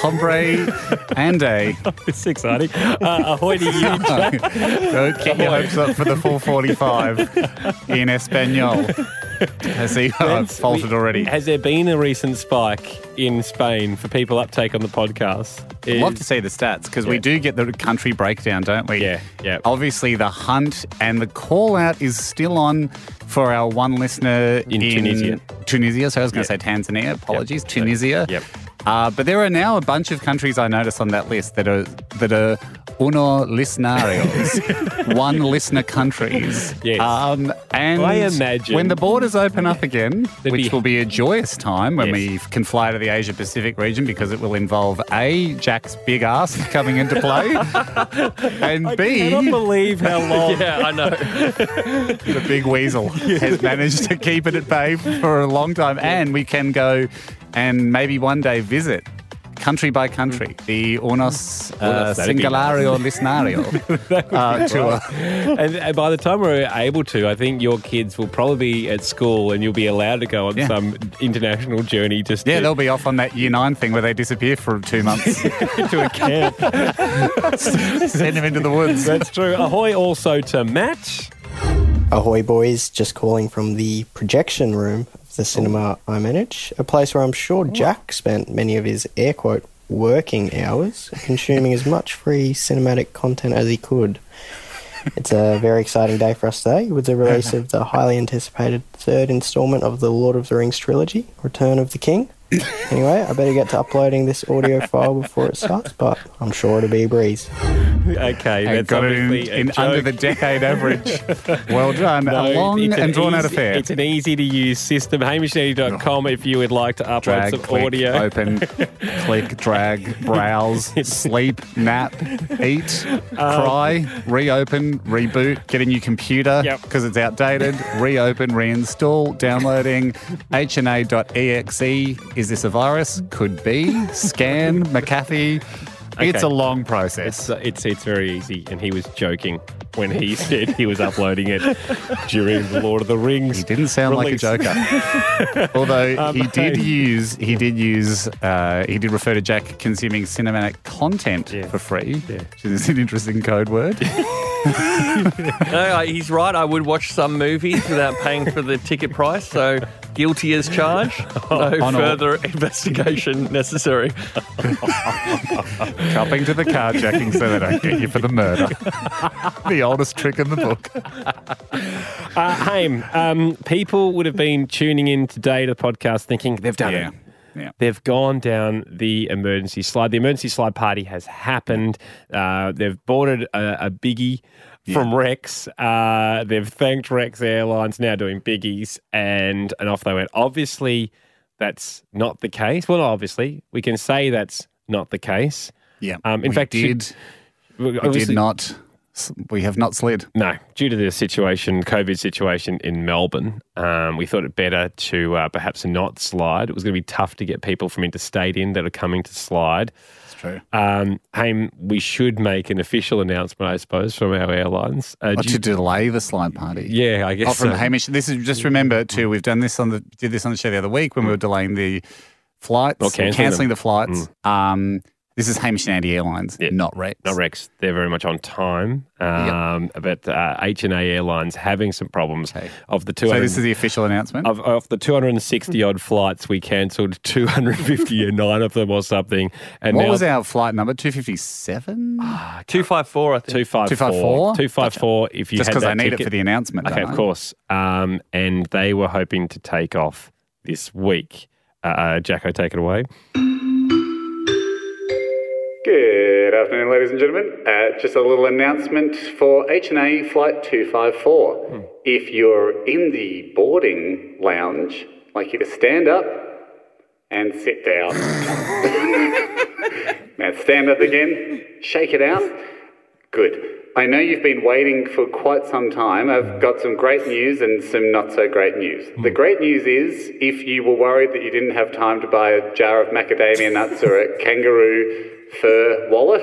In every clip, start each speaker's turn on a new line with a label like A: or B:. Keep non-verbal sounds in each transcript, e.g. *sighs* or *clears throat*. A: hombre, Andy.
B: It's exciting. Uh, ahoy
A: *laughs*
B: to you.
A: Don't keep your hopes up for the 445 in Espanol. I see how I've
B: Friends,
A: faltered
B: we-
A: already.
B: Has there been a recent spike in Spain for people uptake on the podcast?
A: I'd love
B: Is-
A: to see the stats because we
B: Yeah.
A: do get the country breakdown, don't we?
B: Yeah, yeah.
A: Obviously, the hunt and the call out is still on for our one listener
B: In Tunisia.
A: Tunisia. So I was going to
B: Yeah.
A: say Tanzania. Apologies, Tunisia.
B: Yep.
A: Uh, but there are now a bunch of countries I notice on that list that are that are
B: *laughs*
A: uno listenarios, one listener countries.
B: Yes.
A: Um, and
B: I imagine-
A: when the borders open up again,
B: There'd
A: which
B: be-
A: will be a joyous time when
B: Yes.
A: we can fly to the Asia Pacific region because it will involve A, Jack's big ass *laughs* coming
B: *laughs*
A: into play, and
B: I
A: B,
B: cannot believe
A: *laughs*
B: how long. yeah, I know.
A: the
B: *laughs*
A: big weasel has managed to keep it at bay for a long time. And we can go and maybe one day visit. Country by country, the Unos uh,
B: Unos, Mm. that'd be *laughs*
A: Singulario Lisnario uh, tour.
B: *laughs* And, and by the time we're able to, I think your kids will probably be at school and you'll be allowed to go on
A: Yeah.
B: some international journey just
A: Yeah,
B: to-
A: they'll be off on that year nine thing where they disappear for two
B: *laughs*
A: months.
B: to a
A: *laughs*
B: camp.
A: Send them into the woods.
B: That's true. Ahoy also to Matt.
C: Ahoy, boys. Just calling from the projection room of the cinema I manage, a place where I'm sure Jack spent many of his air quote working hours consuming as much free cinematic content as he could. It's a very exciting day for us today with the release of the highly anticipated third installment of the Lord of the Rings trilogy, Return of the King. Anyway, I better get to uploading this audio file before it starts, but I'm sure it'll be a breeze.
B: Okay,
A: and
B: that's
A: got it in,
B: obviously a
A: in under
B: joke.
A: the decade average.
B: *laughs*
A: well done. a
B: No,
A: long
B: it's an
A: and drawn out
B: easy-
A: affair.
B: It's an easy to use system. HamishNetty.com if you would like to upload
A: drag,
B: some
A: click,
B: audio. *laughs*
A: open, click, drag, browse, sleep, nap, eat,
B: Um,
A: cry, reopen, reboot, get a new computer
B: Yep.
A: because
B: *laughs*
A: it's outdated, reopen, reinstall, downloading, hna.exe. E Is this a virus? Could be. Scan, McAfee. It's
B: Okay.
A: a long process.
B: So it's it's very easy, and he was joking when he *laughs* said he was uploading it during the Lord of the Rings.
A: He didn't sound
B: release.
A: like a *laughs* joker. Although he did
B: hey.
A: use, he did use, uh, he did refer to Jack consuming cinematic content
B: Yeah.
A: for free,
B: Yeah.
A: which is an interesting code *laughs* word.
D: No, I- he's right. I would watch some movies without paying for the ticket price. So guilty as
E: *laughs*
D: charged. No
A: On all-
D: further investigation necessary.
A: Cupping to the carjacking so they don't get you for the *laughs* murder. the oldest trick in the book.
B: Uh, Haim, um, people would have been tuning in today to the podcast thinking they've done
A: Yeah.
B: it.
A: Yeah.
B: They've gone down the emergency slide. The emergency slide party has happened. Uh, they've boarded a, a biggie from Rex. Uh, they've thanked Rex Airlines, now doing biggies, and and off they went. Obviously, that's not the case. Well, not obviously, we can say that's not the case.
A: Yeah.
B: Um, in
A: We
B: fact,
A: did
B: should-
A: we did
B: obviously-
A: not? s- We have not slid.
B: no, due to the situation, COVID situation in Melbourne, um, we thought it better to uh, perhaps not slide. It was going to be tough to get people from interstate in that are coming to slide.
A: It's true.
B: Um, hey, we should make an official announcement, I suppose, from our airlines. Uh,
A: Or
B: do you-
A: to delay the slide party.
B: yeah, I guess.
A: Oh, from
B: so.
A: Hamish. This is just remember too. We've done this on the did this on the show the other week when we were delaying the flights,
B: Or Mm. cancelling
A: cancelling
B: them. Mm.
A: the flights. Um, this is Hamish and Andy Airlines,
B: Yeah.
A: not Rex.
B: Not Rex. They're very much on time. Um, But uh, H&A Airlines having some problems.
A: Okay.
B: Of the two,
A: So this is the official announcement.
B: of, of the 260 odd flights, we cancelled *laughs* 259 of them or something. And
A: what
B: now
A: was our flight number? Two fifty seven.
B: Ah,
D: 254, I think.
B: 254.
A: 254?
B: 254 if you
A: Just
B: had
A: because
B: that
A: I need
B: ticket.
A: it for the announcement.
B: Okay,
A: don't
B: of
A: I?
B: course. Um, and they were hoping to take off this week. Uh, Jacko, take it away.
A: Good afternoon, ladies and gentlemen. Uh, just a little announcement for H&A Flight 254.
B: Hmm.
A: If you're in the boarding lounge, I'd like you to stand up and sit down. now stand up again, shake it out. Good. I know you've been waiting for quite some time. I've got some great news and some not so great news. The great news is if you were worried that you didn't have time to buy a jar of macadamia nuts or a kangaroo fur wallet,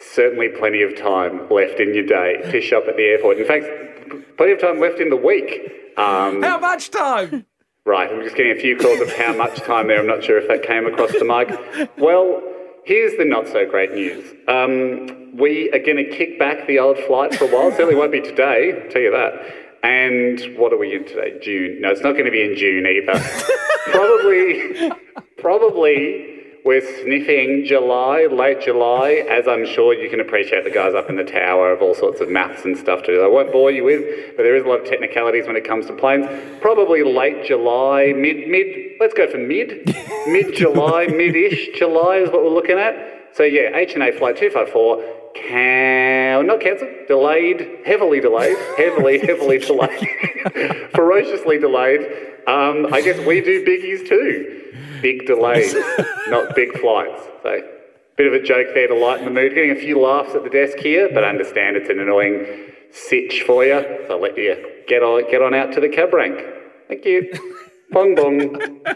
A: certainly plenty of time left in your day to shop at the airport. In fact, p- plenty of time left in the week. Um,
B: How much time?
A: Right, I'm just getting a few calls of how much time there. I'm not sure if that came across to Mike. Well, here's the not so great news. Um, we are going to kick back the old flight for a while. Certainly won't be today, I'll tell you that. And what are we in today? June. No, it's not going to be in June either. probably, probably we're sniffing July, late July, as I'm sure you can appreciate the guys up in the tower have all sorts of maths and stuff to do. I won't bore you with, but there is a lot of technicalities when it comes to planes. Probably late July, mid mid. Let's go for mid, mid July, mid ish July is what we're looking at. So yeah, H and A flight two five four. Can not cancelled, delayed, heavily delayed, heavily, heavily delayed, *laughs* ferociously delayed. Um, I guess we do biggies too big delays, *laughs* not big flights. So, bit of a joke there to lighten the mood. Getting a few laughs at the desk here, but I understand it's an annoying sitch for you. So I'll let you get on, get on out to the cab rank. Thank you. Bong bong.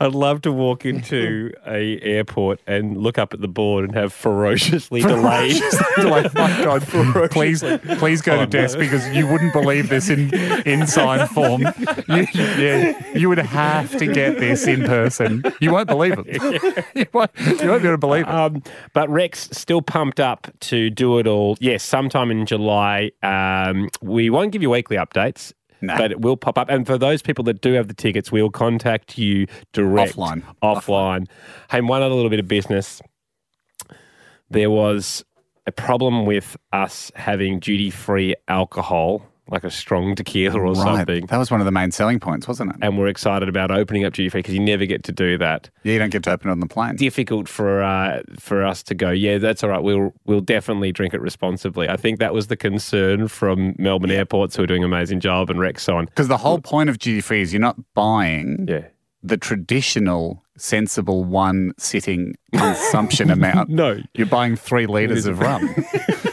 B: I'd love to walk into a airport and look up at the board and have ferociously delayed.
E: Like, my God, *laughs* please, please go to desk because you wouldn't believe this in in sign form. You, yeah, you would have to get this in person. You won't believe it. *laughs* You won't, you won't be able to believe it.
B: Um, but Rex still pumped up to do it all. Yes, sometime in July. Um, we won't give you weekly updates, but it will pop up. And for those people that do have the tickets, we'll contact you direct
E: Offline.
B: Offline. Hey, and one other little bit of business. There was a problem with us having duty free alcohol, like a strong tequila or something.
E: That was one of the main selling points, wasn't it?
B: And we're excited about opening up duty free because you never get to do that
E: Yeah, you don't get to open it on the plane.
B: difficult for uh, for us to go. Yeah, that's all right. We'll we'll definitely drink it responsibly. I think that was the concern from Melbourne airports, who are doing an amazing job, and Rexon.
E: Because the whole point of duty free is you're not buying
B: Yeah.
E: the traditional, sensible one sitting
B: *laughs*
E: consumption amount.
B: No.
E: You're buying three litres of
B: *laughs*
E: rum.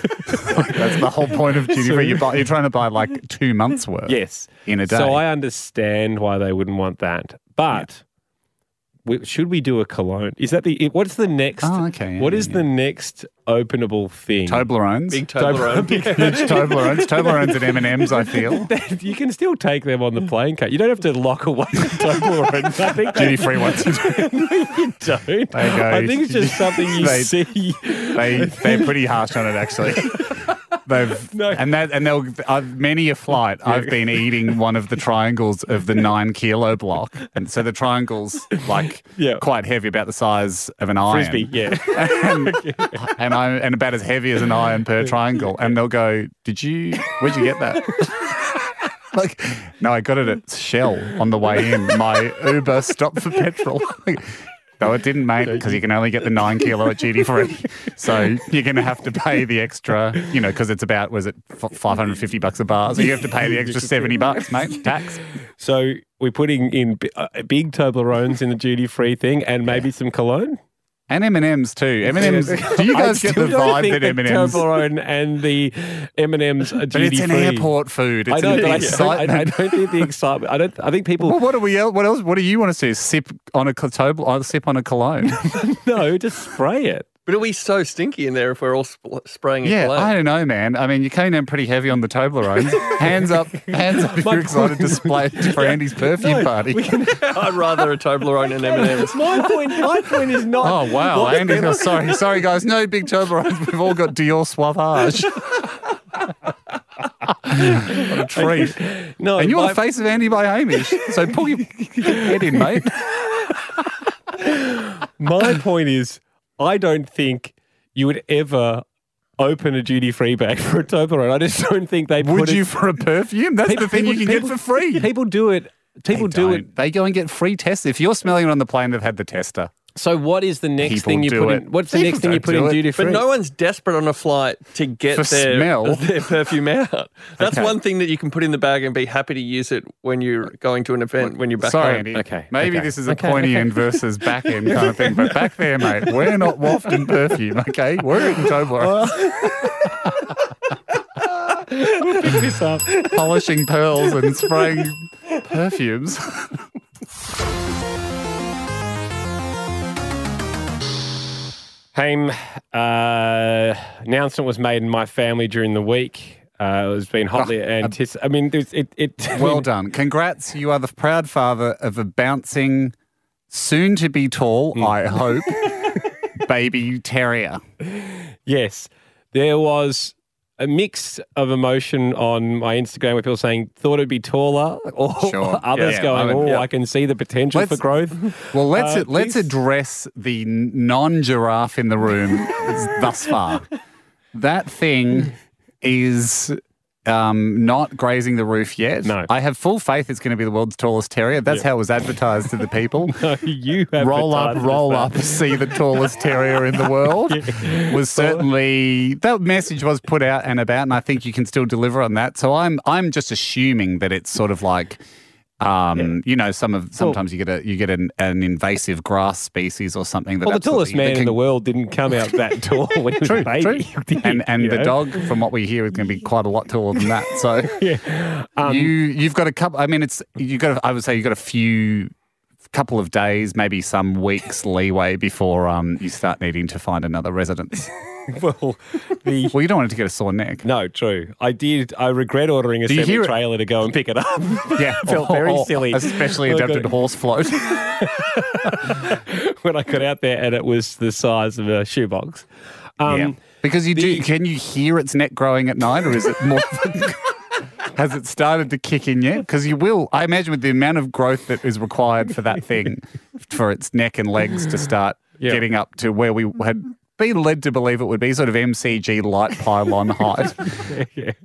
E: That's the whole point of duty free. You're, buy, you're trying to buy like two months worth.
B: Yes,
E: In a day.
B: So I understand why they wouldn't want that, but. We, should we do a cologne? Is that the what's the next?
E: Oh, okay, yeah,
B: what
E: yeah,
B: is
E: yeah.
B: the next openable thing? *laughs*
E: Toblerones.
D: Big Toblerone.
E: Huge Toblerones. Toblerones and M&M's,
B: *laughs*
E: I feel.
B: you can still take them on the plane, Kate. You don't have to lock away the
E: *laughs*
B: Toblerone. I think
E: Duty free ones.
B: *laughs* you don't.
E: They go-
B: I think it's just something
E: *laughs*
B: you
E: They-
B: see.
E: they they're pretty harsh on it actually.
B: *laughs*
E: They've
B: No.
E: and that and they'll I've, many a flight I've been eating one of the triangles of the nine kilo block, and so the triangles like
B: Yeah.
E: quite heavy, about the size of an iron,
B: Frisbee, yeah.
E: and, and I and about as heavy as an iron per triangle. And they'll go, "Did you? Where'd you
B: *laughs*
E: get that?" Like, no, I got it at Shell on the way in. My Uber stopped for petrol. No, it didn't, mate, because you can only get the nine kilo at duty free. So you're going to have to pay the extra, you know, because it's about, was it f- 550 bucks a bar? So you have to pay
B: *laughs*
E: the extra 70 bucks, mate, tax.
B: So we're putting in b- uh, big Toblerones in the duty free thing, and maybe some cologne.
E: And M&M's too. M&M's, do you guys get the
B: Still don't
E: vibe
B: think
E: that
B: the
E: M&M's?
B: Toblerone and the M and M's are
E: But
B: duty
E: it's an
B: free.
E: airport food. It's
B: I know,
E: an
B: but I don't, I,
E: excitement.
B: I don't think the excitement. I don't. I think
E: Well,
B: people
E: what do we? el- What else? What do you want to see? Sip on a cl- tobl- uh, sip on a
B: *laughs*
E: cologne.
B: *laughs* no just spray it.
D: But it'll be so stinky in there if we're all sp- spraying it
E: yeah,
D: cologne.
E: I don't know, man. I mean, you came down pretty heavy on the Toblerones.
B: *laughs*
E: hands up, hands up. If
B: My
E: you're excited to
B: *laughs*
E: display for Andy's perfume party.
D: I'd rather a Toblerone and
B: *laughs*
D: M&M's.
B: My point. My point is not.
E: Oh wow,
B: what-
E: Andy! Oh, *laughs* sorry, sorry, guys. No big
B: *laughs*
E: Toblerones. We've all got Dior Sauvage. what a
B: *laughs*
E: treat!
B: No,
E: Oh, And you're
B: my,
E: the face of Andy by Hamish, so pull
B: *laughs*
E: your head in, mate.
B: my
E: *laughs*
B: point is, I don't think you would ever open a duty free bag for a Toblerone. I just don't think they
E: Would
B: put
E: you
B: It,
E: for a perfume? That's the thing you can
B: people-
E: get for
B: *laughs*
E: free.
B: People do it. People
E: They
B: do it
E: don't. They go and get free tests. If you're smelling it on the plane, they've had the tester.
B: So what is the next
E: People
B: thing you
E: do
B: put in?
E: it.
B: What's the
E: People
B: next thing you
E: don't
B: put
E: do
B: in
E: it.
B: duty free?
D: But no one's desperate on a flight to get
E: For
D: their, *laughs*
E: smell.
D: their perfume out. That's
E: Okay.
D: one thing that you can put in the bag and be happy to use it when you're going to an event when you're back
E: Sorry,
D: home.
E: Andy.
B: Okay,
E: Maybe
B: okay,
E: this is a
B: okay,
E: pointy
B: okay.
E: end
B: *laughs*
E: versus back end kind of thing, but back there, mate, we're not wafting perfume, okay? We're eating Toblerone. *laughs*
B: pick this up.
E: polishing pearls and spraying perfumes.
B: Haim, uh, announcement was made in my family during the week. Uh, it was being hotly anticipated. I mean, there's- it. it I
E: Ah,
B: *laughs*
E: Well
B: mean,
E: done. Congrats. You are the proud father of a bouncing, soon to be tall,
B: Hmm.
E: I
B: *laughs*
E: hope, baby terrier.
B: Yes, there was a mix of emotion on my Instagram where people saying thought it'd be taller, or
E: Sure.
B: *laughs* others
E: Yeah,
B: going,
E: I
B: "Oh,
E: would- yeah.
B: I can see the potential
E: Let's-
B: for growth." *laughs*
E: *laughs* Well, let's
B: Uh,
E: let's
B: this-
E: address the non giraffe in the room thus far. That thing is um, not grazing the roof yet.
B: No.
E: I have full faith it's going to be the world's tallest terrier. That's how it was advertised to the people.
B: you have
E: *laughs* roll up, roll up, see the tallest terrier in the world
B: *laughs*
E: was certainly that message was put out and about, and I think you can still deliver on that. So I'm I'm just assuming that it's sort of like. Um, you know, some of sometimes you get a you get an, an invasive grass species or something. That
B: Well, the tallest
E: absolutely- that
B: man in
E: can-
B: the world didn't come out
E: *laughs*
B: that tall when he was a baby.
E: True. and and
B: you
E: the
B: know?
E: dog, from what we hear, is going to be quite a lot taller than that.
B: *laughs*
E: So
B: Um,
E: you you've got a couple. I mean, it's you got. A, I would say you have got a few, couple of days, maybe some weeks leeway before um you start needing to find another
B: *laughs*
E: residence.
B: *laughs* Well, the
E: Well, you don't want it to get a sore neck.
B: No, true. I did. I regret ordering a
E: Do you hear
B: semi
E: it?
B: trailer to go and pick it up.
E: *laughs* Yeah,
B: *laughs* *laughs*
E: Oh,
B: felt
E: *laughs*
B: very silly.
E: Especially
B: Look,
E: adapted
B: I-
E: horse float.
B: when I got out there, and it was the size of a shoebox. Um,
E: yeah. Because you do. Can you hear its neck growing at night, or is it more?
B: *laughs*
E: Has it started to kick in yet? Because you will, I imagine, with the amount of growth that is required for that
B: *laughs*
E: thing, for its neck and legs to start
B: Yeah.
E: getting up to where we had been led to believe it would be sort of MCG light pylon height.
B: *laughs*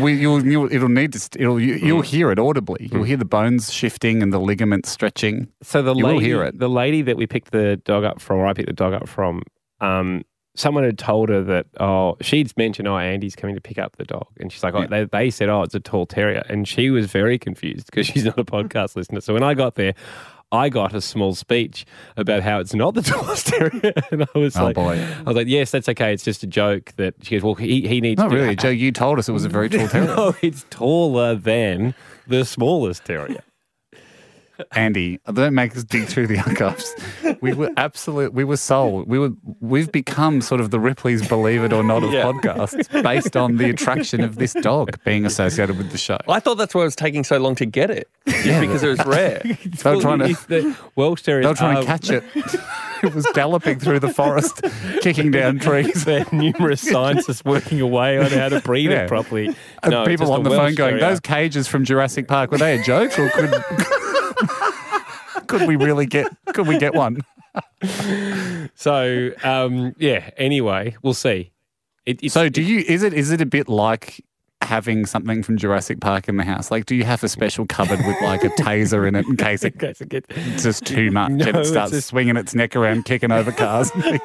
E: We, you'll, you'll, it'll need to. St- it'll, you,
B: Mm.
E: you'll hear it audibly. You'll hear the bones shifting and the ligaments stretching.
B: So the
E: You will
B: lady,
E: hear it.
B: the lady that we picked the dog up from, or I picked the dog up from, um, someone had told her that oh, she'd mentioned oh, Andy's coming to pick up the dog, and she's like, oh, they, they said oh, it's a tall terrier, and she was very confused because *laughs* she's not a
E: *laughs*
B: podcast listener. So when I got there. I got a small speech about how it's not the *laughs* tallest terrier, and I was
E: Oh,
B: like,
E: boy.
B: "I was like, yes, that's okay. It's just a joke." That she goes, "Well, he, he needs
E: Not
B: to do-
E: really, Joe. You told us it was a very tall terrier.
B: *laughs* no, it's taller than the smallest terrier."
E: Andy, *laughs* don't make us dig through the archives. We were absolute. We were sold. We were. We've become sort of the Ripley's Believe It or Not of podcasts, based on the attraction of this dog being associated with the show.
D: I thought that's why it was taking so long to get it, *laughs* just because it was
E: *laughs*
D: rare.
E: They were trying to.
B: It's the Welsh terriers
E: They were trying to
B: are-
E: catch it. *laughs* It was galloping through the forest, kicking down
B: *laughs*
E: trees.
B: There are
E: *laughs*
B: numerous scientists working away on how to breed
E: Yeah.
B: it properly.
E: And
B: No, it's
E: people
B: just
E: on
B: a
E: the phone
B: Welsh
E: going,
B: Terrier.
E: "Those cages from Jurassic Park were they a joke, or could *laughs* could we really get could we get one?"
B: So, um, yeah. Anyway, we'll see. It, it's,
E: So do you is it is it a bit like having something from Jurassic Park in the house? Like do you have a special cupboard with like a taser in it in case
B: *laughs*
E: it
B: guys get-
E: it's just too much and
B: No,
E: it
B: it's
E: starts
B: just-
E: swinging its neck around, kicking
B: *laughs*
E: over cars? it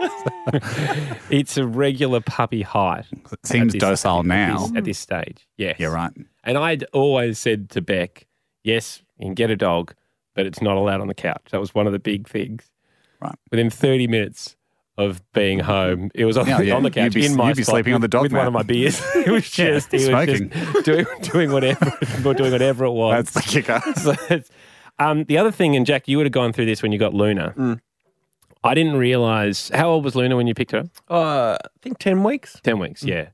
B: It's a regular puppy height.
E: seems
B: this-
E: docile
B: at
E: now.
B: this- at this stage. Yes.
E: Yeah, right.
B: And I'd always said to Beck, yes, you can get a dog, but it's not allowed on the couch. That was one of the big things.
E: Right.
B: Within 30 minutes of being home, it was on,
E: Yeah, yeah.
B: on the couch
E: You'd be-
B: in my
E: you'd be
B: spot
E: sleeping
B: with,
E: on the dog
B: with one
E: mat.
B: of my beers. *laughs* it was
E: Yeah,
B: just, it was
E: smoking.
B: just *laughs* doing, doing whatever, *laughs* or doing whatever it was.
E: That's
B: *laughs*
E: the kicker.
B: So it's- um, the other thing, and Jack, you would have gone through this when you got Luna.
E: Mm.
B: I didn't realize how old was Luna when you picked her up?
D: Uh, I think ten weeks.
B: 10 weeks,
E: Mm.
B: yeah.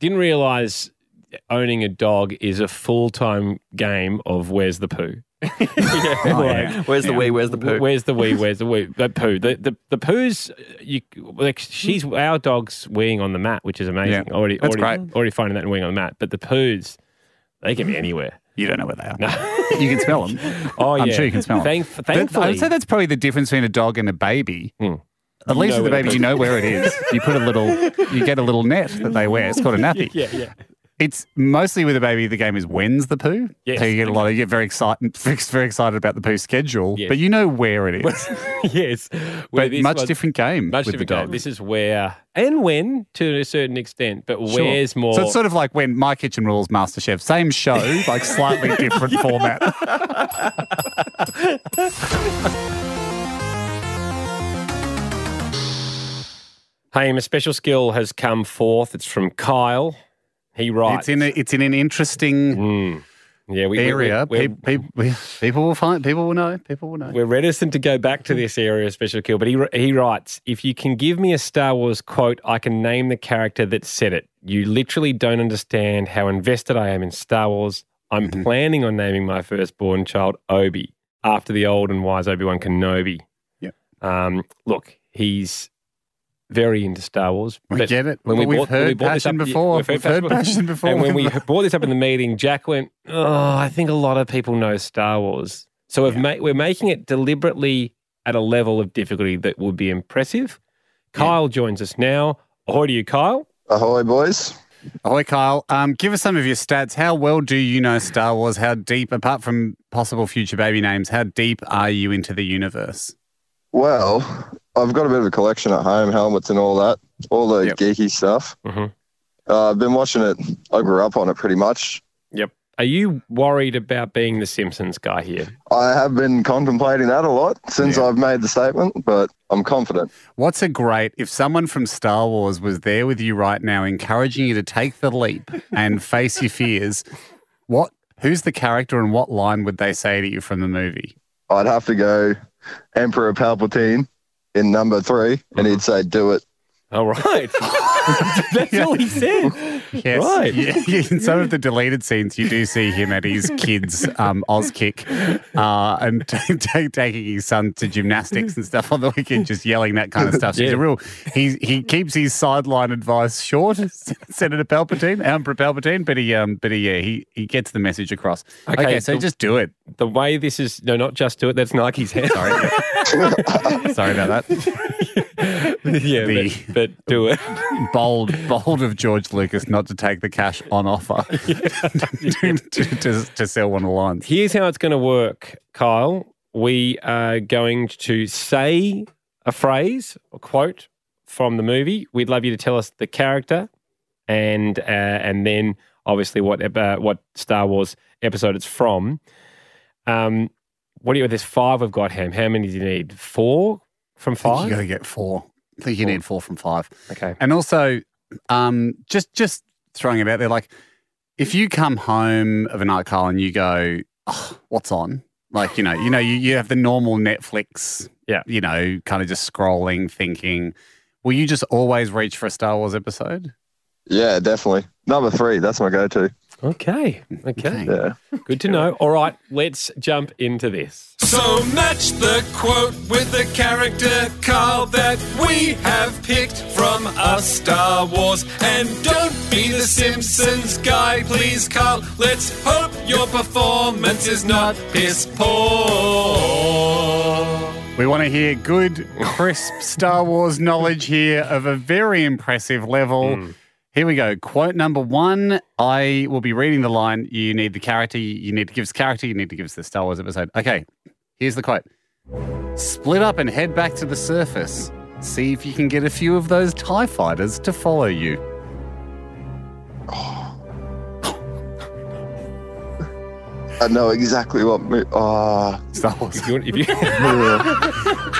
B: Didn't realize owning a dog is a full time game of where's the
E: *laughs*
B: poo? *laughs*
E: Oh,
B: Like,
E: yeah.
D: Where's the wee? Where's the poo?
B: Where's the wee? Where's the wee? The poo. The the, the poo's you like she's our dog's weeing on the mat, which is amazing.
E: Yeah.
B: Already
E: That's
B: already
E: great.
B: already finding that and weeing on the mat. But the poos, they can be
E: *laughs*
B: anywhere.
E: You don't know where they
B: *laughs*
E: are. you can smell them.
B: Oh
E: I'm
B: yeah.
E: sure you can smell
B: Thank,
E: them. That- I
B: thankfully, Hmm.
E: would say that's probably the difference between a dog and a baby. At
B: You know
E: least with the
B: where it
E: baby,
B: is.
E: you know where it is. You put a little, you get a little net that they wear. It's called a nappy.
B: *laughs* yeah, yeah.
E: It's mostly with a baby. The game is when's the poo.
B: Yes,
E: so you get a lot. Of, you get very excited, *laughs* very excited about the poo schedule,
B: Yes.
E: but you know
B: *laughs*
E: where it is.
B: yes. Where
E: but
B: this
E: much
B: one-
E: different game
B: Much
E: with
B: different
E: the
B: game.
E: dog.
B: This is where and when to a certain extent, but
E: Sure.
B: where's more.
E: So it's sort of like when My Kitchen Rules, MasterChef, same show,
B: *laughs*
E: like slightly different format.
B: Haim, a special skill has come forth. It's from Kyle. He writes.
E: It's in a, it's in an interesting
B: Mm. Yeah, we, we- we-
E: area.
B: we're-
E: Pe- pe- we- *laughs* people will find. People will know. People will know.
B: We're reticent to go back to this area of special kill, but he he writes, if you can give me a Star Wars quote, I can name the character that said it. You literally don't understand how invested I am in Star Wars. I'm
E: Mm-hmm.
B: planning on naming my firstborn child Obi after the old and wise Obi Wan Kenobi.
E: Yep.
B: Um, look, he's very into Star Wars.
E: We
B: but
E: get it.
B: When we
E: We've
B: bought,
E: heard
B: when we bought this up
E: passion before.
B: we've heard
E: We've heard passion before.
B: And when
E: *laughs*
B: we brought this up in the meeting, Jack went, "Oh, I think a lot of people know Star Wars." So we've ma- we're making it deliberately at a level of difficulty that would be impressive. Kyle joins us now. Ahoy to you, Kyle.
F: Ahoy, boys.
E: Hi, Kyle. Um, give us some of your stats. How well do you know Star Wars? How deep, apart from possible future baby names, how deep are you into the universe?
F: Well, I've got a bit of a collection at home, helmets and all that, all the
E: Yep. Mm-hmm.
F: geeky stuff.
B: Mhm.
F: Uh, I've been watching it. I grew up on it pretty much.
B: Yep. Are you worried about being the Simpsons guy here?
F: I have been contemplating that a lot since
E: Yeah.
F: I've made the statement, but I'm confident.
E: What's a great if someone from Star Wars was there with you right now, encouraging you to take the leap and face your fears? What? Who's the character, and what line would they say to you from the movie?
F: I'd have to go Emperor Palpatine in number 3 and
E: Mm-hmm.
F: he'd say, "Do it."
B: All
E: *laughs*
B: right. *laughs* That's all he said.
E: Yes,
B: Right.
E: Yeah, *laughs* in some of the deleted scenes, you do see him at his kids' um, Oz kick, uh, and *laughs* t- t- taking his son to gymnastics and stuff on the weekend, just yelling that kind of stuff. So he's a
B: Yeah.
E: real. He he keeps his sideline advice short, *laughs* Senator Palpatine, Emperor Palpatine, but he um, but he, yeah, he he gets the message across.
B: Okay,
E: Okay, so
B: the-
E: just do it.
B: The way this is, no, not just do it. That's
E: *laughs*
B: Nike's hand.
E: Sorry, sorry about that.
B: *laughs* yeah,
E: The-
B: but, but do it.
E: Bold, bold of George Lucas not to take the cash on *laughs* offer to, to, to, to sell one of the lines.
B: Here's how it's going to work, Kyle. We are going to say a phrase or quote from the movie. We'd love you to tell us the character and uh, and then obviously what ep- uh, what Star Wars episode it's from. Um, what do you? There's five we've got, Ham. How many do you need? Four from
E: You got
B: five.
E: to get four. I think you need four from five.
B: Okay.
E: And also, um, just just throwing it out there, like if you come home of a night, Kyle, and you go, oh, "What's on?" Like you know, you know, you, you have the normal Netflix,
B: Yeah.
E: you know, kind of just scrolling, thinking. Will you just always reach for a Star Wars episode?
F: Yeah, definitely. Number 3, that's my go-to.
B: Okay. Okay.
F: Yeah.
B: Good to know. All right. Let's jump into this.
G: So match the quote with the character Carl that we have picked from our Star Wars. And don't be the Simpsons guy, please, Carl. Let's hope your performance is not piss poor.
E: We want to hear good, crisp Star Wars knowledge here of a very impressive level. Here we go. Quote number one. I will be reading the line. You need the character. You need to give us character. You need to give us the Star Wars episode. Okay. Here's the quote Split up and head back to the surface. See if you can get a few of those TIE fighters to follow you.
F: I know exactly what mo- Ah.
E: Star Wars.
B: If you, want- if you,
G: *laughs*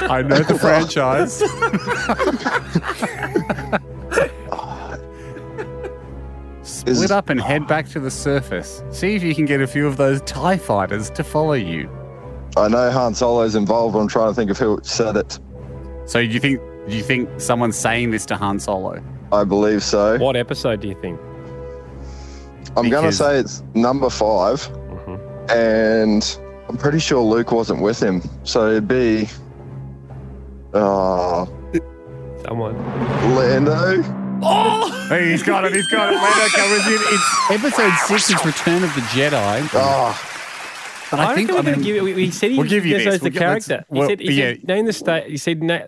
E: I know the *laughs* franchise. Split up and head back to the surface. See if you can get a few of those TIE fighters to follow you.
F: I know Han Solo's involved. I'm trying to think of who said it.
E: So do you think do you think someone's saying this to Han Solo?
F: I believe so.
B: what episode do you think?
F: I'm going to
E: Because-
F: say it's number 5
H: Mm-hmm.
F: and I'm pretty sure Luke wasn't with him. So it'd be uh,
B: Someone.
F: Lando.
E: Hey, he's got it, he's got it. Lando covers it. It's episode six is Return of the Jedi.
F: Ah,
E: But
B: I, think we're
E: I
B: going
E: mean,
B: to give you. We, we said he
E: we'll give you
B: designs the
E: this. We'll get- let's-
B: character.
E: well,
B: he said, he
E: yeah.
B: said name the state. He said na-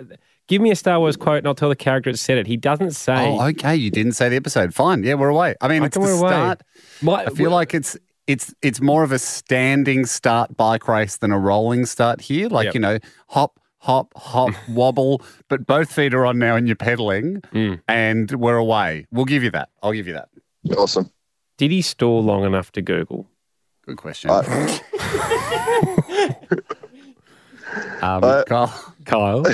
B: Give me a Star Wars quote and I'll tell the character that said it. He doesn't say.
E: Oh, okay. You didn't say the episode. Fine. Yeah, we're away. I mean,
B: I
E: it's
B: think
E: the
B: we're away.
E: start.
B: My-
E: I feel like it's it's it's more of a standing start bike race than a rolling start here. Like
B: Yep.
E: you know, hop, hop,
B: *laughs*
E: hop, wobble, but both feet are on now, and you're pedaling,
B: Hmm.
E: and we're away. We'll give you that. I'll give you that.
H: Awesome.
B: Did he stall long enough to Google?
E: Good question.
H: Uh,
E: um,
H: I-
B: *laughs*
E: Kyle, *laughs*
B: Kyle,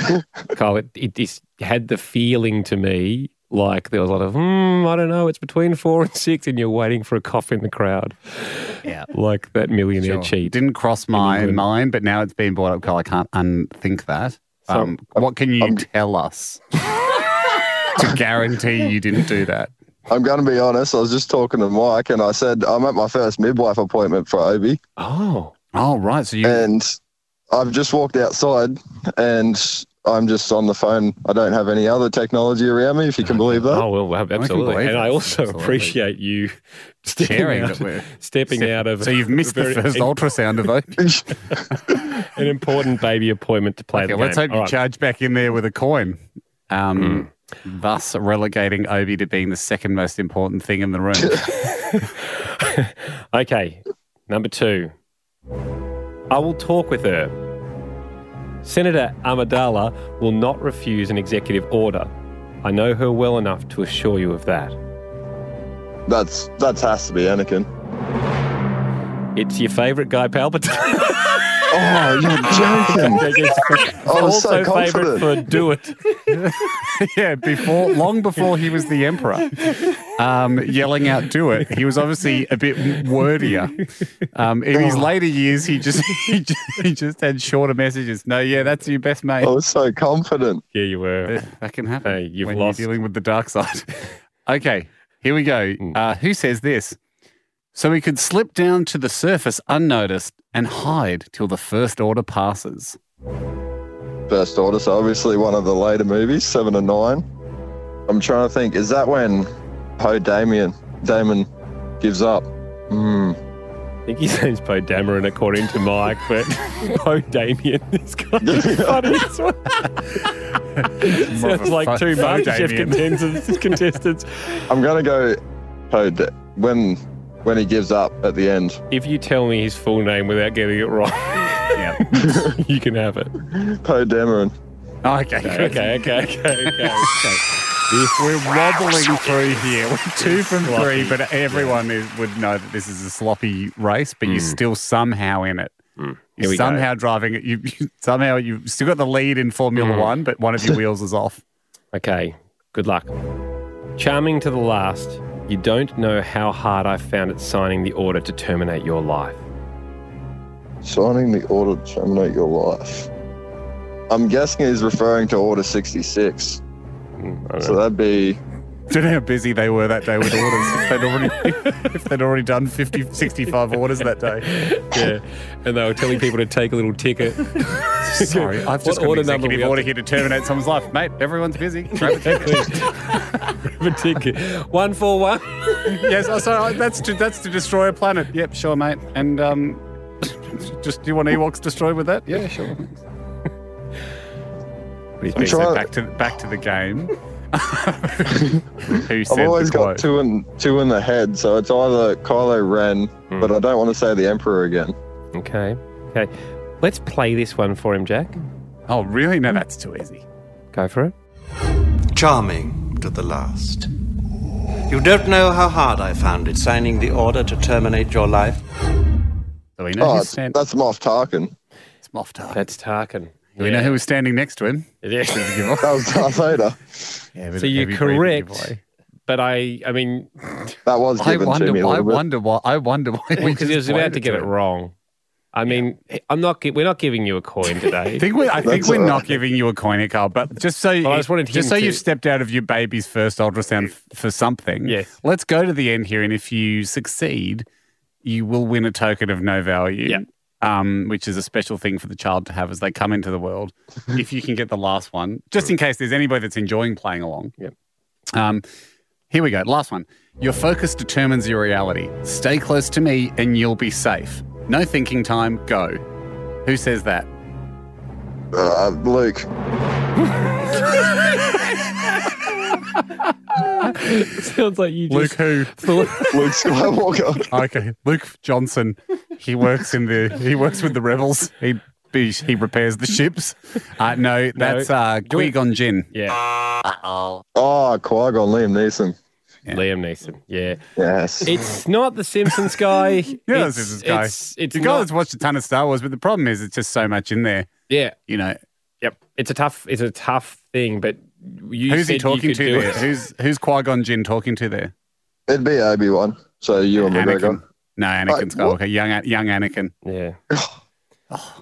B: Kyle, it, it, it had the feeling to me like there was a lot of, hmm, I don't know, it's between four and six, and you're waiting for a cough in the crowd.
E: *laughs* Yeah.
B: Like that millionaire
E: sure.
B: cheat.
E: didn't cross my
B: England.
E: mind, but now it's been brought up. Kyle, I can't unthink that.
B: So-
E: um, what can you tell us to guarantee you didn't
B: *laughs*
E: do that?
H: I'm going to be honest. I was just talking to Mike and I said, I'm at my first midwife appointment for Obi.
B: oh,
E: Oh, right. So you
H: And I've just walked outside and I'm just on the phone. I don't have any other technology around me, if you can believe *laughs* that.
B: oh, well, ab- absolutely.
E: believe
B: and I
E: it.
B: also
E: Absolutely.
B: appreciate you stepping
E: sharing
B: out,
E: that we're.
B: stepping out of
E: So you've missed
B: a
E: the
B: very- *laughs*
E: first ultrasound of Opie.
B: an important baby appointment to play
E: Okay,
B: the
E: let's
B: game.
E: hope you
B: All right.
E: charge back in there with a coin. Um,
B: Hmm.
E: Thus relegating Obi to being the second most important thing in the room. *laughs*
B: Okay, number two. I will talk with her. Senator Amidala will not refuse an executive order. I know her well enough to assure you of that.
H: That's that has to be Anakin.
B: It's your favourite guy, *laughs* Palpatine.
H: Oh, you're *laughs* joking. I was so
B: also favourite
H: confident.
B: for Do It.
E: yeah, before long before he was the emperor, um, yelling out "Do it!" He was obviously a bit wordier. Um, in his later years, he just *laughs* he just, he just had shorter messages. No, yeah, that's your best mate.
H: I was so confident.
B: Yeah, you were.
E: *laughs* That can happen.
B: Hey, you've
E: when
B: lost.
E: You're dealing with the dark side. *laughs* okay, here we go.
B: Hmm.
E: Uh, who says this? So we could slip down to the surface unnoticed and hide till the first order passes.
H: First Order, so obviously one of the later movies, seven and nine. I'm trying to think, is that when Poe Damien Damon gives up? Hmm.
B: I think his name's Poe Dameron, according to Mike, but *laughs* Poe Damien is kind of funny as
H: *laughs*
B: well. Sounds like two
E: Poe
B: market shift
E: Damien.
B: contestants. contestants.
H: I'm gonna go Poe da- when when he gives up at the end.
B: If you tell me his full name without getting it wrong,
E: Yeah.
B: *laughs* you can have it.
H: Poe Dameron.
E: Okay. good.
B: Okay, okay, okay, okay. okay.
E: We're *laughs* wobbling through here. We're two from
B: Sloppy.
E: three, but everyone is, would know that this is a sloppy race. But you're still somehow in it.
B: Hmm. Here
E: You're
B: we go.
E: somehow driving it. You, *laughs* you somehow you've still got the lead in Formula
B: Hmm.
E: One, but one
B: *laughs*
E: of your wheels is off.
B: Okay, good luck. Charming to the last, you don't know how hard I found it signing the order to terminate your life.
H: Signing the order to terminate your life. I'm guessing he's referring to Order 66. So that'd be
E: *laughs* Don't know how busy they were that day with orders. if, they'd already, *laughs* if they'd already done 50, 65 orders that day.
B: Yeah, and they were telling people to take a little ticket. *laughs*
E: Sorry, I've just
B: What
E: got
B: order
E: an
B: number
E: executive
B: we up
E: order
B: to?
E: here to terminate someone's life. Mate, everyone's busy. Grab a ticket.
B: a ticket. One for one.
E: yes, oh, sorry, that's to, that's to destroy a planet. Yep, sure, mate. And um, *laughs* just do you want Ewoks destroyed with that? Yeah, sure. Okay, so
H: trying-
E: back to, back to the game. Who said
H: I've always
E: the quote?
H: got two in two in the head, so it's either Kylo Ren, but I don't want to say the Emperor again.
B: Okay, okay. Let's play this one for him, Jack.
E: Oh, really? No, that's too easy.
B: Go for it.
D: charming to the last. You don't know how hard I found it signing the order to terminate your life.
E: So we know
H: Oh,
E: who's
H: it's,
E: stand-
H: that's Moff Tarkin.
E: it's Moff Tarkin.
B: That's Tarkin.
E: We know who was standing next to him.
B: Yeah.
H: That was
E: *laughs*
H: Darth Vader.
E: Yeah,
B: so you're correct, but I, I mean,
H: That was
E: I
H: given to
E: wonder.
H: me a
E: I
H: little bit.
E: wonder why. I wonder why. we
B: because he
E: just
B: was about
E: played
B: to get it
E: him.
B: wrong. I mean, I'm not. gi- We're not giving you a coin today.
E: I think we. I think
H: That's
E: we're
H: all
E: not
H: right.
E: giving you a coin, here, Carl. But just so,
B: Well, I just wanted
E: just
B: him
E: so
B: to-
E: you've stepped out of your baby's first ultrasound f- for something.
B: Yes.
E: Let's go to the end here, and if you succeed, you will win a token of no value.
B: Yeah.
E: Um, which is a special thing for the child to have as they come into the world. if you can get the last one, just in case there's anybody that's enjoying playing along.
B: Yep.
E: Um, here we go. Last one. Your focus determines your reality. Stay close to me, and you'll be safe. No thinking time. Go. Who says that?
H: Uh, Luke.
B: *laughs* Sounds like you just.
E: Luke who?
B: *laughs*
F: Luke
E: *laughs*
F: Skywalker.
E: Okay, Luke Johnson. He works in the. He works with the rebels. He he, he repairs the ships. Uh, no, that's uh,
B: Do we-
E: Qui Gon Jinn.
B: Yeah,
F: Oh, Qui Gon, Liam Neeson.
B: Liam Neeson. Yeah,
F: Yes.
B: *laughs* it's not the Simpsons guy.
E: *laughs* Yeah,
B: it's,
E: this is guy.
B: It's, it's
E: you
B: not-
E: guys watched a ton of Star Wars, but the problem is it's just so much in there.
B: Yeah,
E: You know,
B: yep. It's a tough. It's a tough thing. But you
E: who's
B: said
E: he
B: you
E: talking
B: could
E: to
B: do
E: there?
B: it.
E: Who's who's Qui Gon Jinn talking to there?
F: It'd be Obi Wan. So you and McGregor.
E: Anakin. No, Anakin
F: Uh, what?
E: Skywalker. Young An- young Anakin.
B: Yeah.
H: *laughs*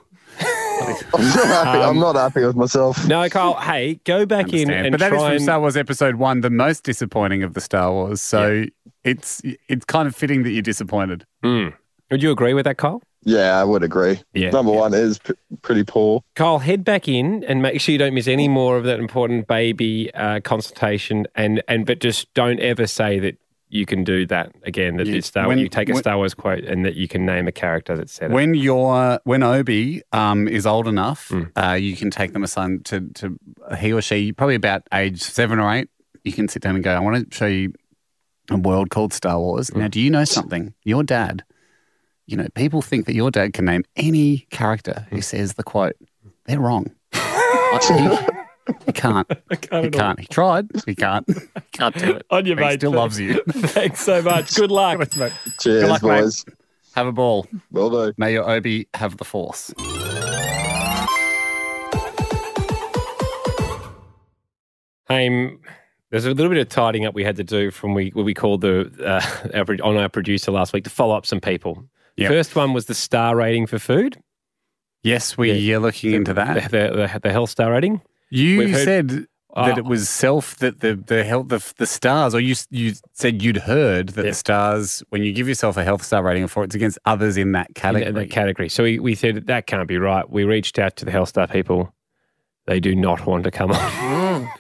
F: I'm not happy.
E: Um,
F: I'm not happy with myself.
B: No, Carl. Hey, go back in
E: Understand.
B: and
E: But that is
B: try
E: from
B: and
E: Star Wars Episode One, the most disappointing of the Star Wars. So it's it's kind of fitting that you're disappointed.
B: Mm. Would you agree with that, Carl?
F: Yeah, I would agree.
B: Yeah.
F: Number one is p- pretty poor.
B: Carl, head back in and make sure you don't miss any more of that important baby uh, consultation. And and but just don't ever say that you can do that again. That
E: You-
B: it's Star
E: when-
B: you take a
E: when-
B: Star Wars quote and that you can name a character that said it.
E: When you're when Obi um, is old enough, uh, you can take them aside to, to he or she probably about age seven or eight. You can sit down and go, I want to show you a world called Star Wars. Now, do you know something? Your dad, you know, people think that your dad can name any character who says the quote. They're wrong.
H: *laughs*
E: I- he, he can't. He can't. He tried. He can't. Can't do it.
B: On your
E: He
B: mate,
E: still
B: Phil.
E: loves you.
B: *laughs* Thanks so much.
E: *laughs*
B: Good luck.
F: Cheers,
E: luck, mate.
F: boys.
E: Have a ball.
F: Well done.
E: May your Obi have the force.
B: Um, there's a little bit of tidying up we had to do from we what we called the uh, *laughs* our, pro- on our producer last week to follow up some people.
E: Yep.
B: First one was the star rating for food.
E: Yes, we are looking into
B: The,
E: that.
B: the, the, the health star rating.
E: You
B: We've heard-
E: said that
B: Uh,
E: it was self that the the health the, the stars, or you s- you said you'd heard that
B: Yeah.
E: the stars when you give yourself a health star rating for it's against others in that
B: in
E: category.
B: that- that category. So we, we said that can't be right. We reached out to the Health Star people. They do not want to come on. *laughs*